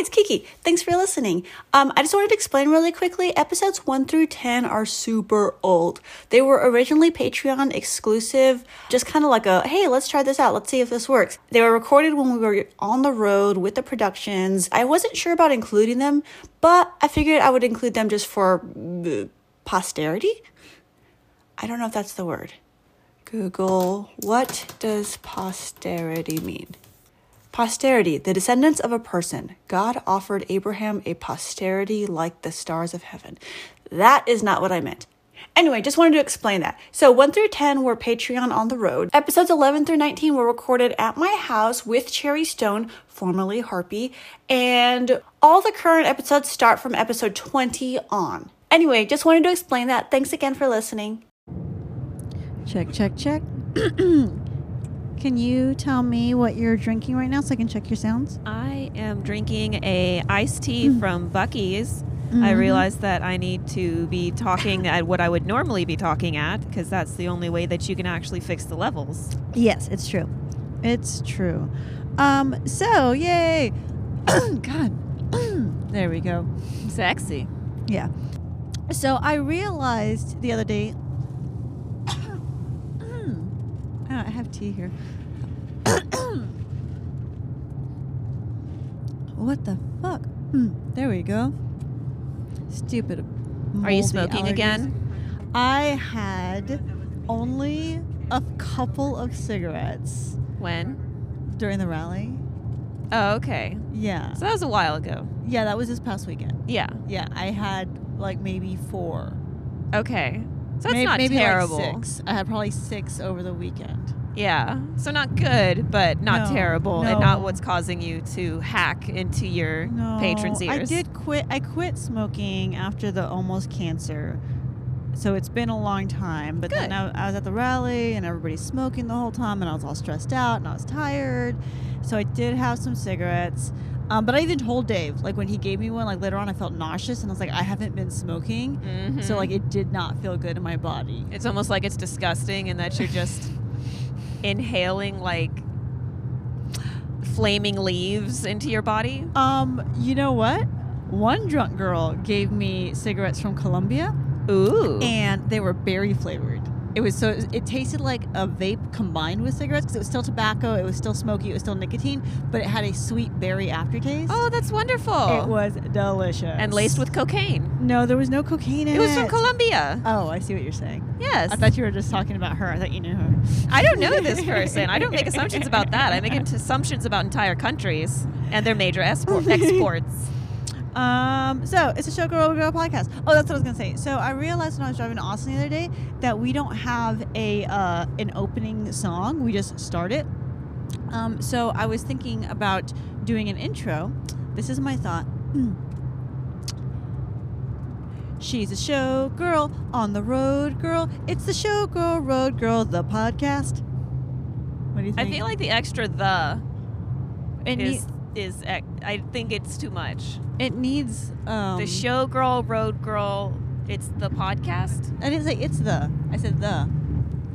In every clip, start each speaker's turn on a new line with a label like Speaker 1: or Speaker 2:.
Speaker 1: it's Kiki. Thanks for listening. Um, I just wanted to explain really quickly episodes 1 through 10 are super old. They were originally Patreon exclusive, just kind of like a hey, let's try this out. Let's see if this works. They were recorded when we were on the road with the productions. I wasn't sure about including them, but I figured I would include them just for uh, posterity. I don't know if that's the word. Google, what does posterity mean? Posterity, the descendants of a person. God offered Abraham a posterity like the stars of heaven. That is not what I meant. Anyway, just wanted to explain that. So 1 through 10 were Patreon on the road. Episodes 11 through 19 were recorded at my house with Cherry Stone, formerly Harpy, and all the current episodes start from episode 20 on. Anyway, just wanted to explain that. Thanks again for listening.
Speaker 2: Check, check, check. can you tell me what you're drinking right now so I can check your sounds?
Speaker 3: I am drinking a iced tea
Speaker 2: Mm.
Speaker 3: from Bucky's. I
Speaker 2: Mhm.
Speaker 3: realized that I need to be talking at what I would normally be talking at because that's the only way that you can actually fix the levels.
Speaker 2: Yes, it's true. It's true. Um, so yay. God. there we go.
Speaker 3: Sexy.
Speaker 2: Yeah. So I realized the other day. Oh, I have tea here. what the fuck? Hmm, There we go. Stupid.
Speaker 3: Are you
Speaker 2: moldy
Speaker 3: smoking
Speaker 2: allergies.
Speaker 3: again?
Speaker 2: I had only a couple of cigarettes
Speaker 3: When?
Speaker 2: during the rally.
Speaker 3: Oh, okay.
Speaker 2: Yeah.
Speaker 3: So that was a while ago.
Speaker 2: Yeah, that was this past weekend.
Speaker 3: Yeah.
Speaker 2: Yeah, I had like maybe four.
Speaker 3: Okay. So that's
Speaker 2: May-
Speaker 3: not
Speaker 2: maybe like
Speaker 3: terrible.
Speaker 2: six. I had probably six over the weekend.
Speaker 3: Yeah. So not good, but not
Speaker 2: No,
Speaker 3: terrible and not
Speaker 2: no.
Speaker 3: what's causing you to hack into your patrons' ears.
Speaker 2: I did quit. I quit smoking after the almost cancer. So it's been a long time. But then
Speaker 3: Good.
Speaker 2: I, I was at the rally and everybody's smoking the whole time, and I was all stressed out and I was tired. So I did have some cigarettes. Um, but I even told Dave, like when he gave me one, like later on, I felt nauseous and I was like, I haven't been smoking.
Speaker 3: Mhm.
Speaker 2: So like it did not feel good in my body.
Speaker 3: It's almost like it's disgusting and that you're just inhaling like flaming leaves into your body.
Speaker 2: Um, you know what? One drunk girl gave me cigarettes from Colombia.
Speaker 3: Ooh.
Speaker 2: and they were berry flavored. It was so it tasted like a vape combined with cigarettes because it was still tobacco, it was still smoky, it was still nicotine, but it had a sweet berry aftertaste.
Speaker 3: oh, that's wonderful.
Speaker 2: it was delicious
Speaker 3: and laced with cocaine.
Speaker 2: No, there was no cocaine in it.
Speaker 3: It was from Colombia.
Speaker 2: Oh, I see what you're saying.
Speaker 3: Yes.
Speaker 2: I thought you were just talking about her. I thought you knew her.
Speaker 3: I don't know this person. I don't make assumptions about that. I make assumptions about entire countries and their major espor- exports.
Speaker 2: Um, so it's a show girl girl podcast. Oh, that's what I was gonna say. So I realized when I was driving to Austin the other day that we don't have a uh, an opening song. We just start it. Um, so I was thinking about doing an intro. This is my thought. She's a show girl on the road girl. It's the show girl road girl the podcast. What do you
Speaker 3: I
Speaker 2: think?
Speaker 3: feel like the extra the
Speaker 2: it,
Speaker 3: is,
Speaker 2: nee-
Speaker 3: is ex- I think it's too much.
Speaker 2: it needs um,
Speaker 3: the showgirl, road girl, it's the podcast.
Speaker 2: I didn't say it's the. I said the.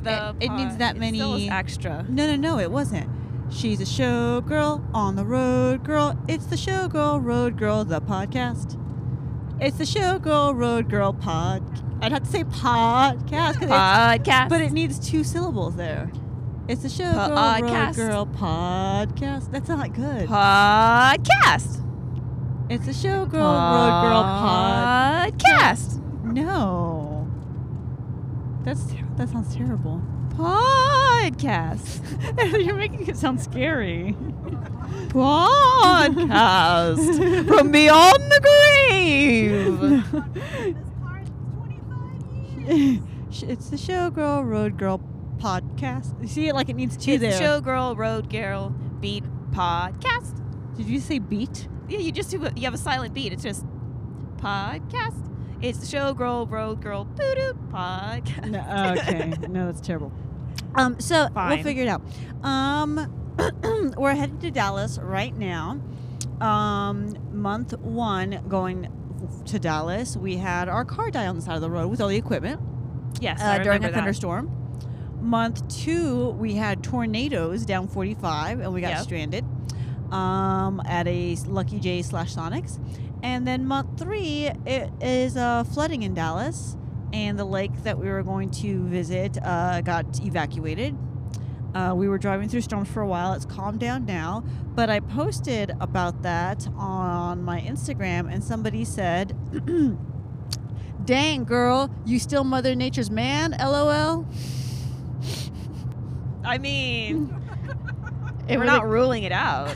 Speaker 3: The
Speaker 2: It- it needs
Speaker 3: pod-
Speaker 2: that
Speaker 3: it still is
Speaker 2: many-
Speaker 3: extra.
Speaker 2: No, no, no, it wasn't. She's a showgirl on the road girl. It's the showgirl road girl, the podcast. It's the showgirl road girl pod. I'd have to say podcast, 'cause it's-
Speaker 3: Podcast.
Speaker 2: but it needs two syllables there. It's the showgirl
Speaker 3: Podcast.
Speaker 2: road girl podcast. That's not good.
Speaker 3: podcast.
Speaker 2: It's the showgirl road girl pod.
Speaker 3: Podcast.
Speaker 2: No, that's ter- that sounds terrible.
Speaker 3: Podcast.
Speaker 2: You're making it sound scary.
Speaker 3: Podcast from beyond the grave.
Speaker 2: Sh- it's the Showgirl Road Girl podcast. You see it like it needs two
Speaker 3: It's
Speaker 2: there.
Speaker 3: showgirl, road girl, beat podcast.
Speaker 2: Did you say beat?
Speaker 3: Yeah, you just do a, you have a silent beat. It's just podcast. It's the showgirl, road girl, boo doo podcast.
Speaker 2: No, oh, okay. no, that's terrible. Um, so
Speaker 3: Fine.
Speaker 2: we'll figure it out. Um, we're headed to Dallas right now. Um, month one going to Dallas. We had our car die on the side of the road with all the equipment.
Speaker 3: Yes, I
Speaker 2: uh, during
Speaker 3: remember
Speaker 2: a
Speaker 3: that.
Speaker 2: thunderstorm. Month two, we had tornadoes down 45 and we got
Speaker 3: Yep.
Speaker 2: stranded. um, at a Lucky J slash Sonics. And then month three, it is uh, flooding in Dallas, and the lake that we were going to visit uh, got evacuated. Uh, we were driving through storms for a while. It's calmed down now, but I posted about that on my Instagram, and somebody said, "Dang girl, you still Mother Nature's man?" LOL.
Speaker 3: I mean,
Speaker 2: It
Speaker 3: we're
Speaker 2: would-
Speaker 3: not ruling it out.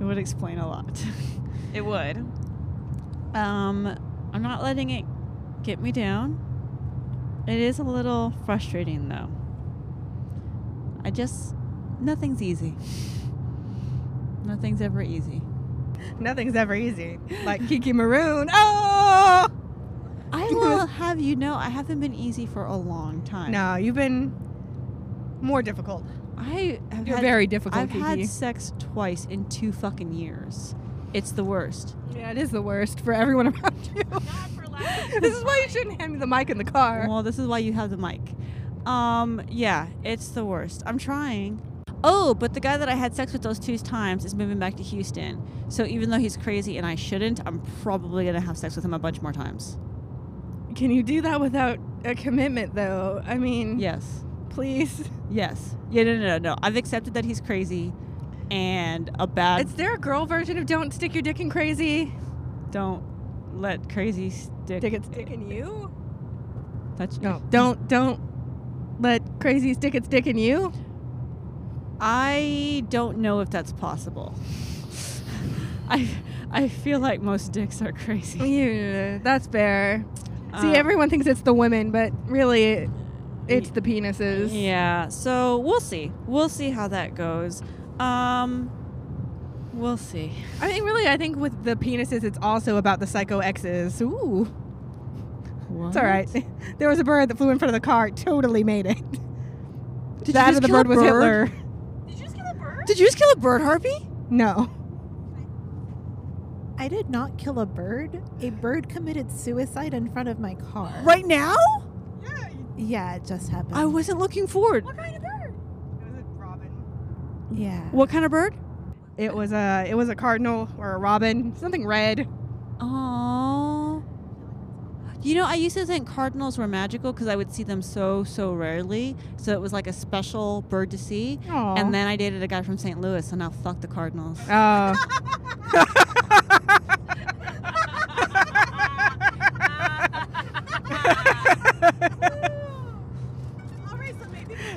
Speaker 2: It would explain a lot.
Speaker 3: It would.
Speaker 2: Um, I'm not letting it get me down. It is a little frustrating though. I just nothing's easy. Nothing's ever easy.
Speaker 4: Nothing's ever easy. Like Kiki Maroon. Oh
Speaker 2: I will have you know I haven't been easy for a long time.
Speaker 4: no, you've been more difficult.
Speaker 2: I have
Speaker 4: You're
Speaker 2: had,
Speaker 4: very difficult,
Speaker 2: I've
Speaker 4: Kiki.
Speaker 2: had sex twice in two fucking years. It's the worst.
Speaker 4: yeah, it is the worst for everyone around you. this is why you shouldn't hand me the mic in the car.
Speaker 2: Well, this is why you have the mic. Um, yeah, it's the worst. I'm trying. Oh, but the guy that I had sex with those two times is moving back to Houston. So even though he's crazy and I shouldn't, I'm probably gonna have sex with him a bunch more times.
Speaker 4: Can you do that without a commitment though? I mean,
Speaker 2: Yes.
Speaker 4: please.
Speaker 2: Yes. Yeah, no, no, no, no. I've accepted that he's crazy and a bad
Speaker 4: Is there a girl version of don't stick your dick in crazy?
Speaker 2: don't let crazy stick
Speaker 4: Dick it's dick in you?
Speaker 2: touch me.
Speaker 4: No. Don't don't let crazy stick its dick in you.
Speaker 2: I don't know if that's possible. I I feel like most dicks are crazy.
Speaker 4: Yeah, that's fair.
Speaker 2: Um,
Speaker 4: See, everyone thinks it's the women, but really, it's the penises.
Speaker 2: Yeah, so we'll see. We'll see how that goes. Um we'll see.
Speaker 4: I mean, really, I think with the penises, it's also about the psycho exes. Ooh, it's all right. There was a bird that flew in front of the car. Totally made it.
Speaker 2: Did
Speaker 4: that
Speaker 2: you just
Speaker 4: or the
Speaker 2: kill a
Speaker 4: bird was
Speaker 2: bird?
Speaker 4: Hitler.
Speaker 2: Did you just kill a bird harpy?
Speaker 4: No.
Speaker 5: I did not kill a bird. A bird committed suicide in front of my car.
Speaker 2: Right now?
Speaker 5: Yeah, it just happened.
Speaker 2: I wasn't looking forward.
Speaker 4: kind of bird? It was a robin.
Speaker 5: Yeah.
Speaker 2: What kind of bird?
Speaker 4: It was a it was a cardinal or a robin, something red.
Speaker 2: Oh. You know, I used to think cardinals were magical because I would see them so, so rarely. So it was like a special bird to see.
Speaker 4: Aww.
Speaker 2: And then I dated a guy from St. Louis, so now fuck the cardinals.
Speaker 4: Oh.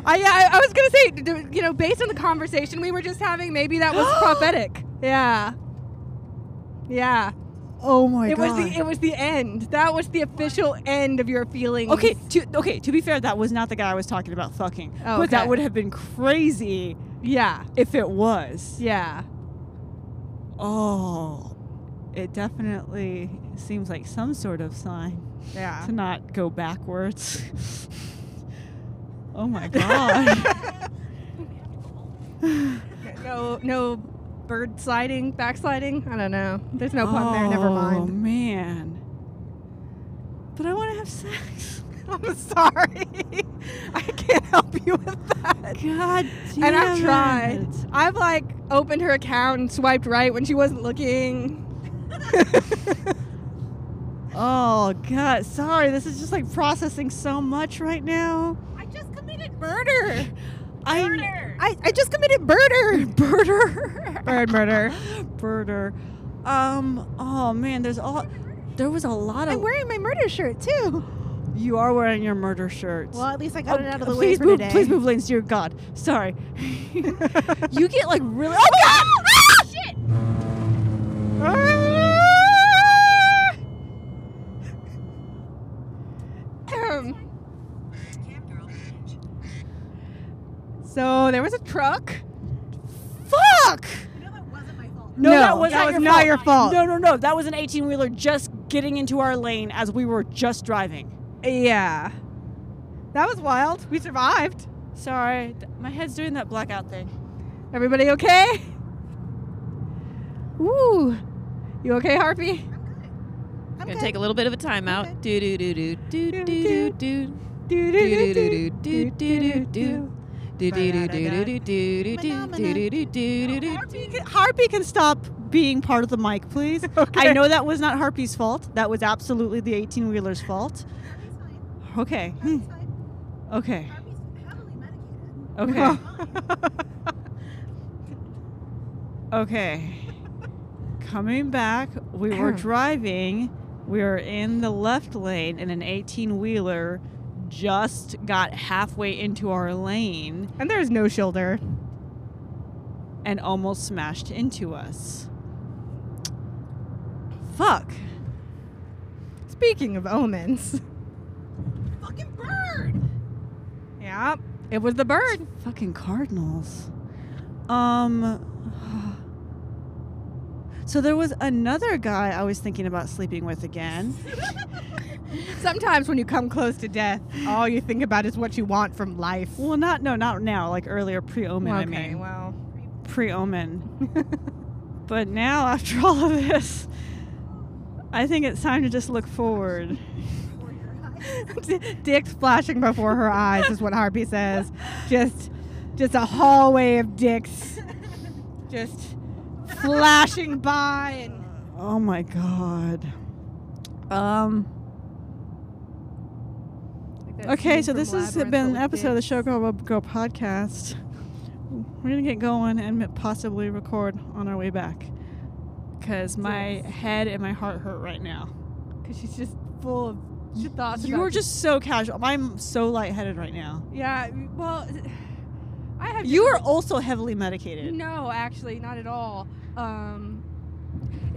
Speaker 4: I, I, I was gonna say, d- d- you know, based on the conversation we were just having, maybe that was prophetic. Yeah, yeah.
Speaker 5: Oh my
Speaker 4: it
Speaker 5: god.
Speaker 4: was the it was the end. That was the official end of your feelings.
Speaker 2: Okay, to, okay. To be fair, that was not the guy I was talking about fucking.
Speaker 4: Oh,
Speaker 2: But that
Speaker 4: okay.
Speaker 2: would have been crazy
Speaker 4: Yeah.
Speaker 2: if it was.
Speaker 4: Yeah.
Speaker 2: Oh, it definitely seems like some sort of sign
Speaker 4: Yeah.
Speaker 2: to not go backwards. oh my god.
Speaker 4: No no bird sliding, backsliding. I don't know. There's no pun there. Never
Speaker 2: Oh
Speaker 4: mind.
Speaker 2: man. But I want to have sex.
Speaker 5: Oh.
Speaker 4: I'm sorry. I can't help you with that.
Speaker 2: God damn
Speaker 4: and I've tried.
Speaker 2: it.
Speaker 4: I've like opened her account and swiped right when she wasn't looking.
Speaker 2: Oh god, sorry. This is just like processing so much right now.
Speaker 4: I just committed murder.
Speaker 2: I
Speaker 4: I, I just committed murder. Murder. Bird murder.
Speaker 2: birder. Um. Oh man, there's all. There was a lot
Speaker 5: I'm
Speaker 2: of.
Speaker 5: wearing my murder shirt too.
Speaker 2: You are wearing your murder shirt.
Speaker 5: Well, at least I got
Speaker 2: Oh,
Speaker 5: it out of the way
Speaker 2: please
Speaker 5: for
Speaker 2: move,
Speaker 5: today.
Speaker 2: Please move lanes, dear God. Sorry. you get like really. Oh God! Ah!
Speaker 4: Um, so there was a truck. Fuck!
Speaker 2: No,
Speaker 4: No,
Speaker 2: that was,
Speaker 4: that
Speaker 2: not,
Speaker 4: was
Speaker 2: your
Speaker 4: not
Speaker 2: fault.
Speaker 4: your fault.
Speaker 2: No, no, no. That was an 18 wheeler just getting into our lane as we were just driving.
Speaker 4: Yeah. That was wild. We survived.
Speaker 2: Sorry, th- my head's doing that blackout thing.
Speaker 4: Everybody okay? Woo. You okay, Harpy?
Speaker 5: I'm
Speaker 3: gonna
Speaker 5: good.
Speaker 3: take a little bit of a timeout. Do do do do do do do do do
Speaker 4: Do, do, do, do, do, do, do, do.
Speaker 6: Do do do do do do do do do
Speaker 2: Phenomena.
Speaker 6: do do do do do.
Speaker 2: Harpy can, Harpy can stop being part of the mic, please. I know that was not Harpy's fault. That was absolutely the 18 wheeler's fault. Okay. Hmm. Okay. Okay. okay. Coming back, we were driving. We were in the left lane, and an 18 wheeler just got halfway into our lane
Speaker 4: And there's no shoulder.
Speaker 2: and almost smashed into us. Fuck.
Speaker 4: Speaking of omens.
Speaker 2: Fucking bird.
Speaker 4: Yeah. It was the bird.
Speaker 2: Fucking cardinals. Um. So there was another guy I was thinking about sleeping with again.
Speaker 4: Sometimes when you come close to death, all you think about is what you want from life.
Speaker 2: Well, not no, not now. Like earlier, pre-omen. I
Speaker 4: okay,
Speaker 2: mean,
Speaker 4: well.
Speaker 2: pre-omen. but now, after all of this, I think it's time to just look forward.
Speaker 4: Dick flashing before her eyes is what Harpy says. Just just a hallway of dicks. Just flashing by and
Speaker 2: Oh my god. Um. Okay, so this has been an episode of the Showgirl Rob Girl podcast. We're gonna get going and possibly record on our way back, because my head and my heart hurt right now.
Speaker 4: Because she's just full of she thoughts.
Speaker 2: You
Speaker 4: about-
Speaker 2: were just so casual. I'm so lightheaded right now.
Speaker 4: yeah. Well, I have
Speaker 2: You are also heavily medicated.
Speaker 4: No, actually, not at all. Um,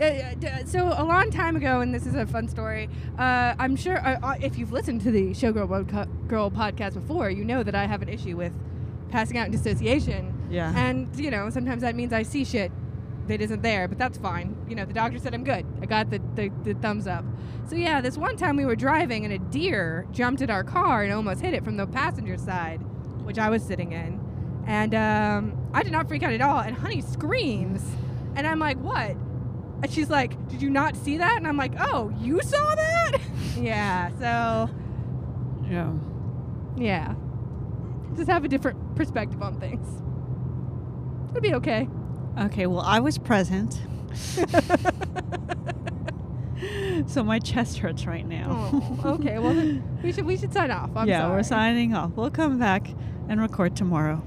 Speaker 4: uh, uh, d- so a long time ago, and this is a fun story. Uh, I'm sure uh, uh, if you've listened to the Showgirl World Co- Girl podcast before, you know that I have an issue with passing out in dissociation.
Speaker 2: Yeah.
Speaker 4: And you know, sometimes that means I see shit that isn't there, but that's fine. You know, the doctor said I'm good. I got the, the, the thumbs up. So yeah, this one time we were driving and a deer jumped at our car and almost hit it from the passenger side, which I was sitting in. And um, I did not freak out at all. And Honey screams, and I'm like, what? And she's like, did you not see that? And I'm like, oh, you saw that? yeah. So
Speaker 2: Yeah.
Speaker 4: yeah, just have a different perspective on things. It'll be okay.
Speaker 2: Okay, well, I was present. so my chest hurts right now.
Speaker 4: Oh, okay. Well, then we should we should sign off. I'm
Speaker 2: yeah, we're
Speaker 4: sorry.
Speaker 2: signing off. We'll come back and record tomorrow.